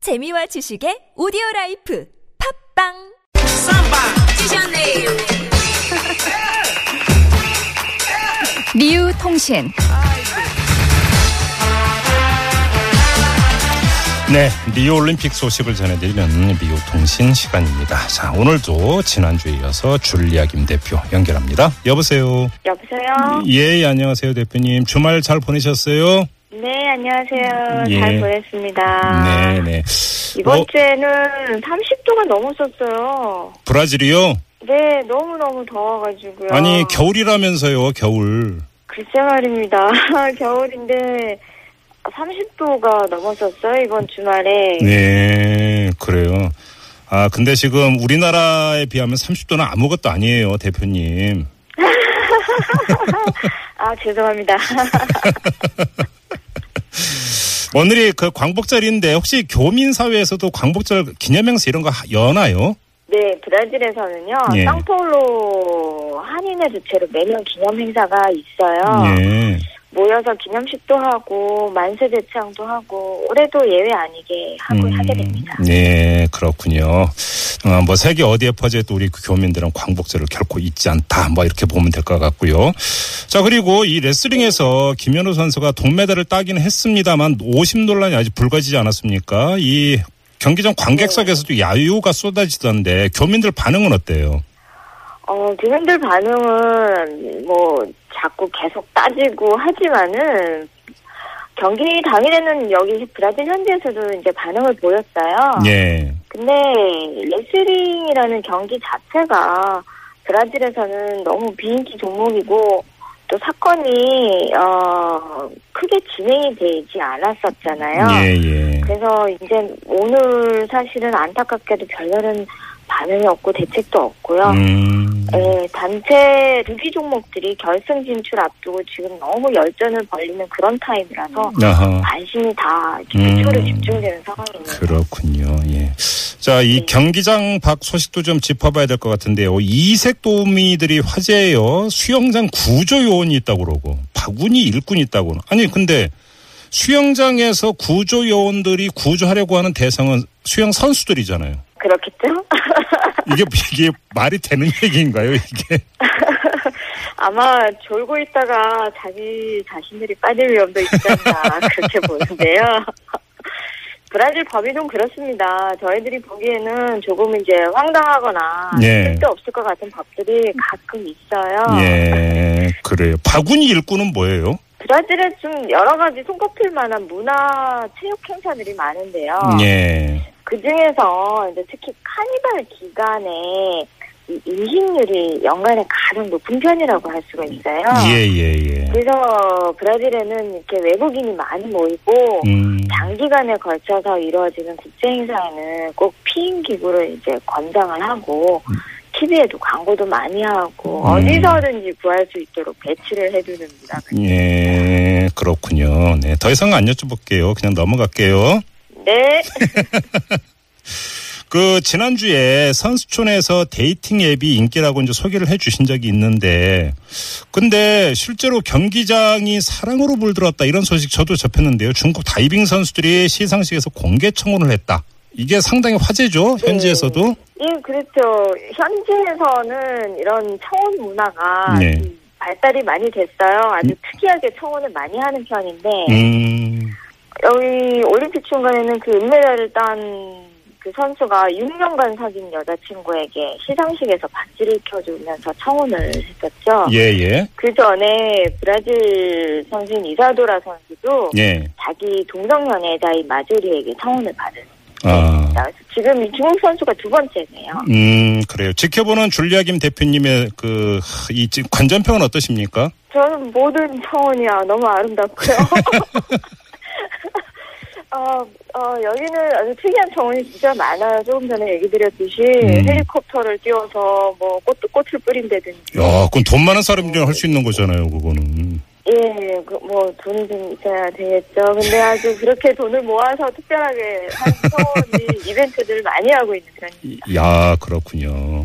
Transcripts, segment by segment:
재미와 지식의 오디오 라이프 팝빵 리우 통신 네, 리오 올림픽 소식을 전해드리는 리오 통신 시간입니다. 자, 오늘도 지난주에 이어서 줄리아 김 대표 연결합니다. 여보세요. 여보세요? 예, 안녕하세요, 대표님. 주말 잘 보내셨어요? 네, 안녕하세요. 예. 잘 보냈습니다. 네, 네. 이번 어, 주에는 30도가 넘었었어요. 브라질이요? 네, 너무너무 더워가지고요. 아니, 겨울이라면서요, 겨울. 글쎄 말입니다. 겨울인데 30도가 넘었었어요, 이번 주말에. 네, 그래요. 아, 근데 지금 우리나라에 비하면 30도는 아무것도 아니에요, 대표님. 아, 죄송합니다. 오늘이 그 광복절인데 혹시 교민사회에서도 광복절 기념행사 이런 거 하- 여나요? 네, 브라질에서는요, 예. 땅폴로 한인의 주체로 매년 기념 행사가 있어요. 예. 모여서 기념식도 하고, 만세 대창도 하고, 올해도 예외 음. 아니게 하고 하게 됩니다. 네, 그렇군요. 어, 뭐 세계 어디에 퍼져도 우리 그 교민들은 광복절을 결코 잊지 않다. 뭐 이렇게 보면 될 것 같고요. 자, 그리고 이 레슬링에서 김현우 선수가 동메달을 따긴 했습니다만 오심 논란이 아직 불거지지 않았습니까? 이 경기장 네. 관객석에서도 야유가 쏟아지던데 교민들 반응은 어때요? 어, 교민들 반응은 뭐 자꾸 계속 따지고 하지만은 경기 당일에는 여기 브라질 현지에서도 이제 반응을 보였어요. 예. 근데 레슬링이라는 경기 자체가 브라질에서는 너무 비인기 종목이고 또 사건이 어, 크게 진행이 되지 않았었잖아요. 예, 예. 그래서 이제 오늘 사실은 안타깝게도 별다른 반응이 없고 대책도 없고요. 음. 네, 단체 루비 종목들이 결승 진출 앞두고 지금 너무 열전을 벌리는 그런 타임이라서 아하. 관심이 다 이렇게 음. 그쪽으로 집중되는 상황이네요. 그렇군요. 예. 자, 이 네. 경기장 밖 소식도 좀 짚어봐야 될 것 같은데요. 이색 도우미들이 화제예요. 수영장 구조 요원이 있다고 그러고 바구니 일꾼이 있다고. 그러고. 아니 근데 수영장에서 구조 요원들이 구조하려고 하는 대상은 수영 선수들이잖아요. 그렇겠죠? 이게 이게 말이 되는 얘기인가요? 이게 아마 졸고 있다가 자기 자신들이 빠질 위험도 있지 않나 그렇게 보는데요. 브라질 법이좀 그렇습니다. 저희들이 보기에는 조금 이제 황당하거나 예. 쓸데 없을 것 같은 법들이 가끔 있어요. 예 그래요. 바구니 일꾼은 뭐예요? 브라질에 좀 여러 가지 손꼽힐 만한 문화 체육 행사들이 많은데요. 예. 그 중에서 이제 특히 카니발 기간에 이 임신율이 연간에 가장 높은 편이라고 할 수가 있어요. 예 예, 예. 그래서 브라질에는 이렇게 외국인이 많이 모이고 음. 장기간에 걸쳐서 이루어지는 국제 행사에는 꼭 피임 기구로 이제 권장을 하고 TV에도 광고도 많이 하고 음. 어디서든지 구할 수 있도록 배치를 해두는 문화가 예, 그렇군요. 네, 더 이상 안 여쭤볼게요. 그냥 넘어갈게요. 네. 그 지난주에 선수촌에서 데이팅 앱이 인기라고 이제 소개를 해 주신 적이 있는데 근데 실제로 경기장이 사랑으로 물들었다 이런 소식 저도 접했는데요. 중국 다이빙 선수들이 시상식에서 공개 청혼을 했다. 이게 상당히 화제죠. 현지에서도. 예, 그렇죠. 현지에서는 이런 청혼 문화가 네. 좀 발달이 많이 됐어요. 아주 특이하게 청혼을 많이 하는 편인데 음. 여기 올림픽 중간에는 그 은메달을 딴 그 선수가 6년간 사귄 여자친구에게 시상식에서 반지를 켜주면서 청혼을 했었죠. 예, 예. 그 전에 브라질 선수인 이사도라 선수도 예. 자기 동성 연애자인 마조리에게 청혼을 받은. 아. 그래서 지금 이 중국 선수가 두 번째네요. 음, 그래요. 지켜보는 줄리아 김 대표님의 그, 하, 이 지- 관전평은 어떠십니까? 저는 모든 청원이야 너무 아름답고요. 어, 어, 여기는 아주 특이한 정원이 진짜 많아요. 조금 전에 얘기 드렸듯이 음. 헬리콥터를 띄워서 뭐 꽃, 꽃을 뿌린다든지. 야, 그건 돈 많은 사람들이 할 수 있는 거잖아요, 그거는. 예, 그, 뭐 돈이 좀 있어야 되겠죠. 근데 아주 그렇게 돈을 모아서 특별하게 한 청원이 이벤트들을 많이 하고 있는 편이에요. 야, 그렇군요.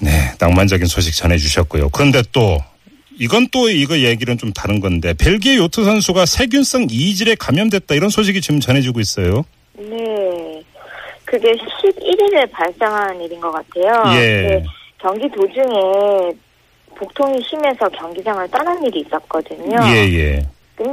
네, 낭만적인 소식 전해주셨고요. 그런데 또, 이건 또 이거 얘기는 좀 다른 건데, 벨기에 요트 선수가 세균성 이질에 감염됐다 이런 소식이 지금 전해지고 있어요. 네, 그게 11일에 발생한 일인 것 같아요. 예. 네, 경기 도중에 복통이 심해서 경기장을 떠난 일이 있었거든요. 예, 예. 근데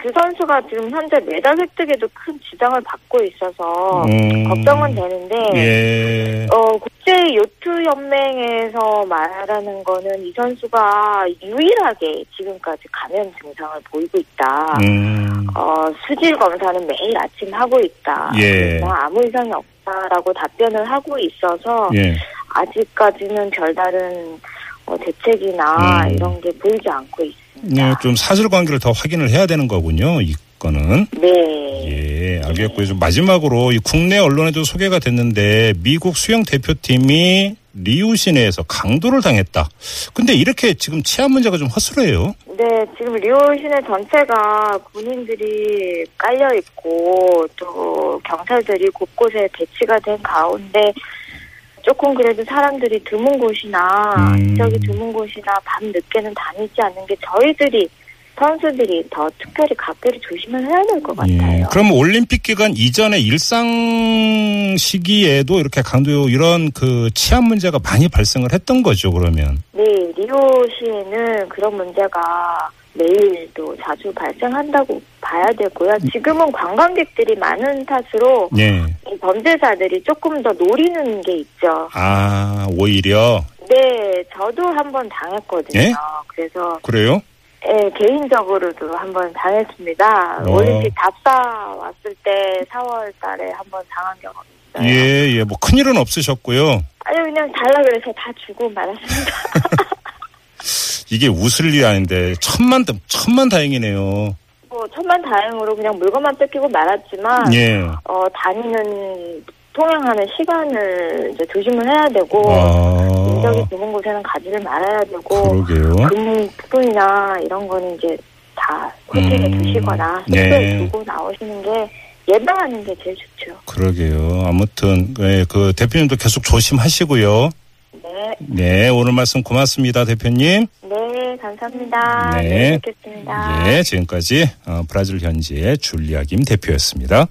그 선수가 지금 현재 메달 획득에도 큰 지장을 받고 있어서 음. 걱정은 되는데 예. 어, 국제 요트 연맹에서 말하는 거는 이 선수가 유일하게 지금까지 감염 증상을 보이고 있다. 음. 어, 수질 검사는 매일 아침 하고 있다. 예. 나뭐 아무 이상이 없다라고 답변을 하고 있어서 예. 아직까지는 별다른 어, 대책이나 음. 이런 게 보이지 않고 있습니다. 네, 좀 사실관계를 더 확인을 해야 되는 거군요. 이거는. 네. 예, 알겠고요. 좀 마지막으로 이 국내 언론에도 소개가 됐는데 미국 수영 대표팀이 리우 시내에서 강도를 당했다. 근데 이렇게 지금 치안 문제가 좀 허술해요. 네, 지금 리오 시내 전체가 군인들이 깔려 있고 또 경찰들이 곳곳에 배치가 된 가운데 조금 그래도 사람들이 드문 곳이나 음. 인적이 드문 곳이나 밤 늦게는 다니지 않는 게 저희들이 선수들이 더 특별히 각별히 조심을 해야 될 것 예. 같아요. 그럼 올림픽 기간 이전에 일상 시기에도 이렇게 강도 이런 그 치안 문제가 많이 발생을 했던 거죠. 그러면. 네, 리오시에는 그런 문제가 매일 또 자주 발생한다고 봐야 되고요. 지금은 관광객들이 많은 탓으로 예. 이 범죄자들이 조금 더 노리는 게 있죠. 아, 오히려 네, 저도 한 번 당했거든요. 예? 그래서 그래요? 예, 개인적으로도 한 번 당했습니다. 어. 올림픽 답사 왔을 때 4월 달에 한 번 당한 경험이 있어요. 예, 예. 뭐 큰일은 없으셨고요. 아니 그냥 달라 그래서 다 주고 말았습니다. 이게 웃을 일이 아닌데 천만 다- 천만 다행이네요. 뭐 천만 다행으로 그냥 물건만 뺏기고 말았지만 예. 어, 다니는 통행하는 시간을 이제 조심을 해야 되고 인적이 아, 드는 곳에는 가지를 말아야 되고 그러게요. 근무 부분이나 이런 거는 이제 다 호텔에 음, 두시거나 네. 숙소에 두고 나오시는 게 예방하는 게 제일 좋죠. 그러게요. 아무튼 예, 그 대표님도 계속 조심하시고요. 네, 네, 오늘 말씀 고맙습니다, 대표님. 네, 감사합니다. 네. 네, 뵙겠습니다. 예, 지금까지 어, 브라질 현지의 줄리아 김 대표였습니다.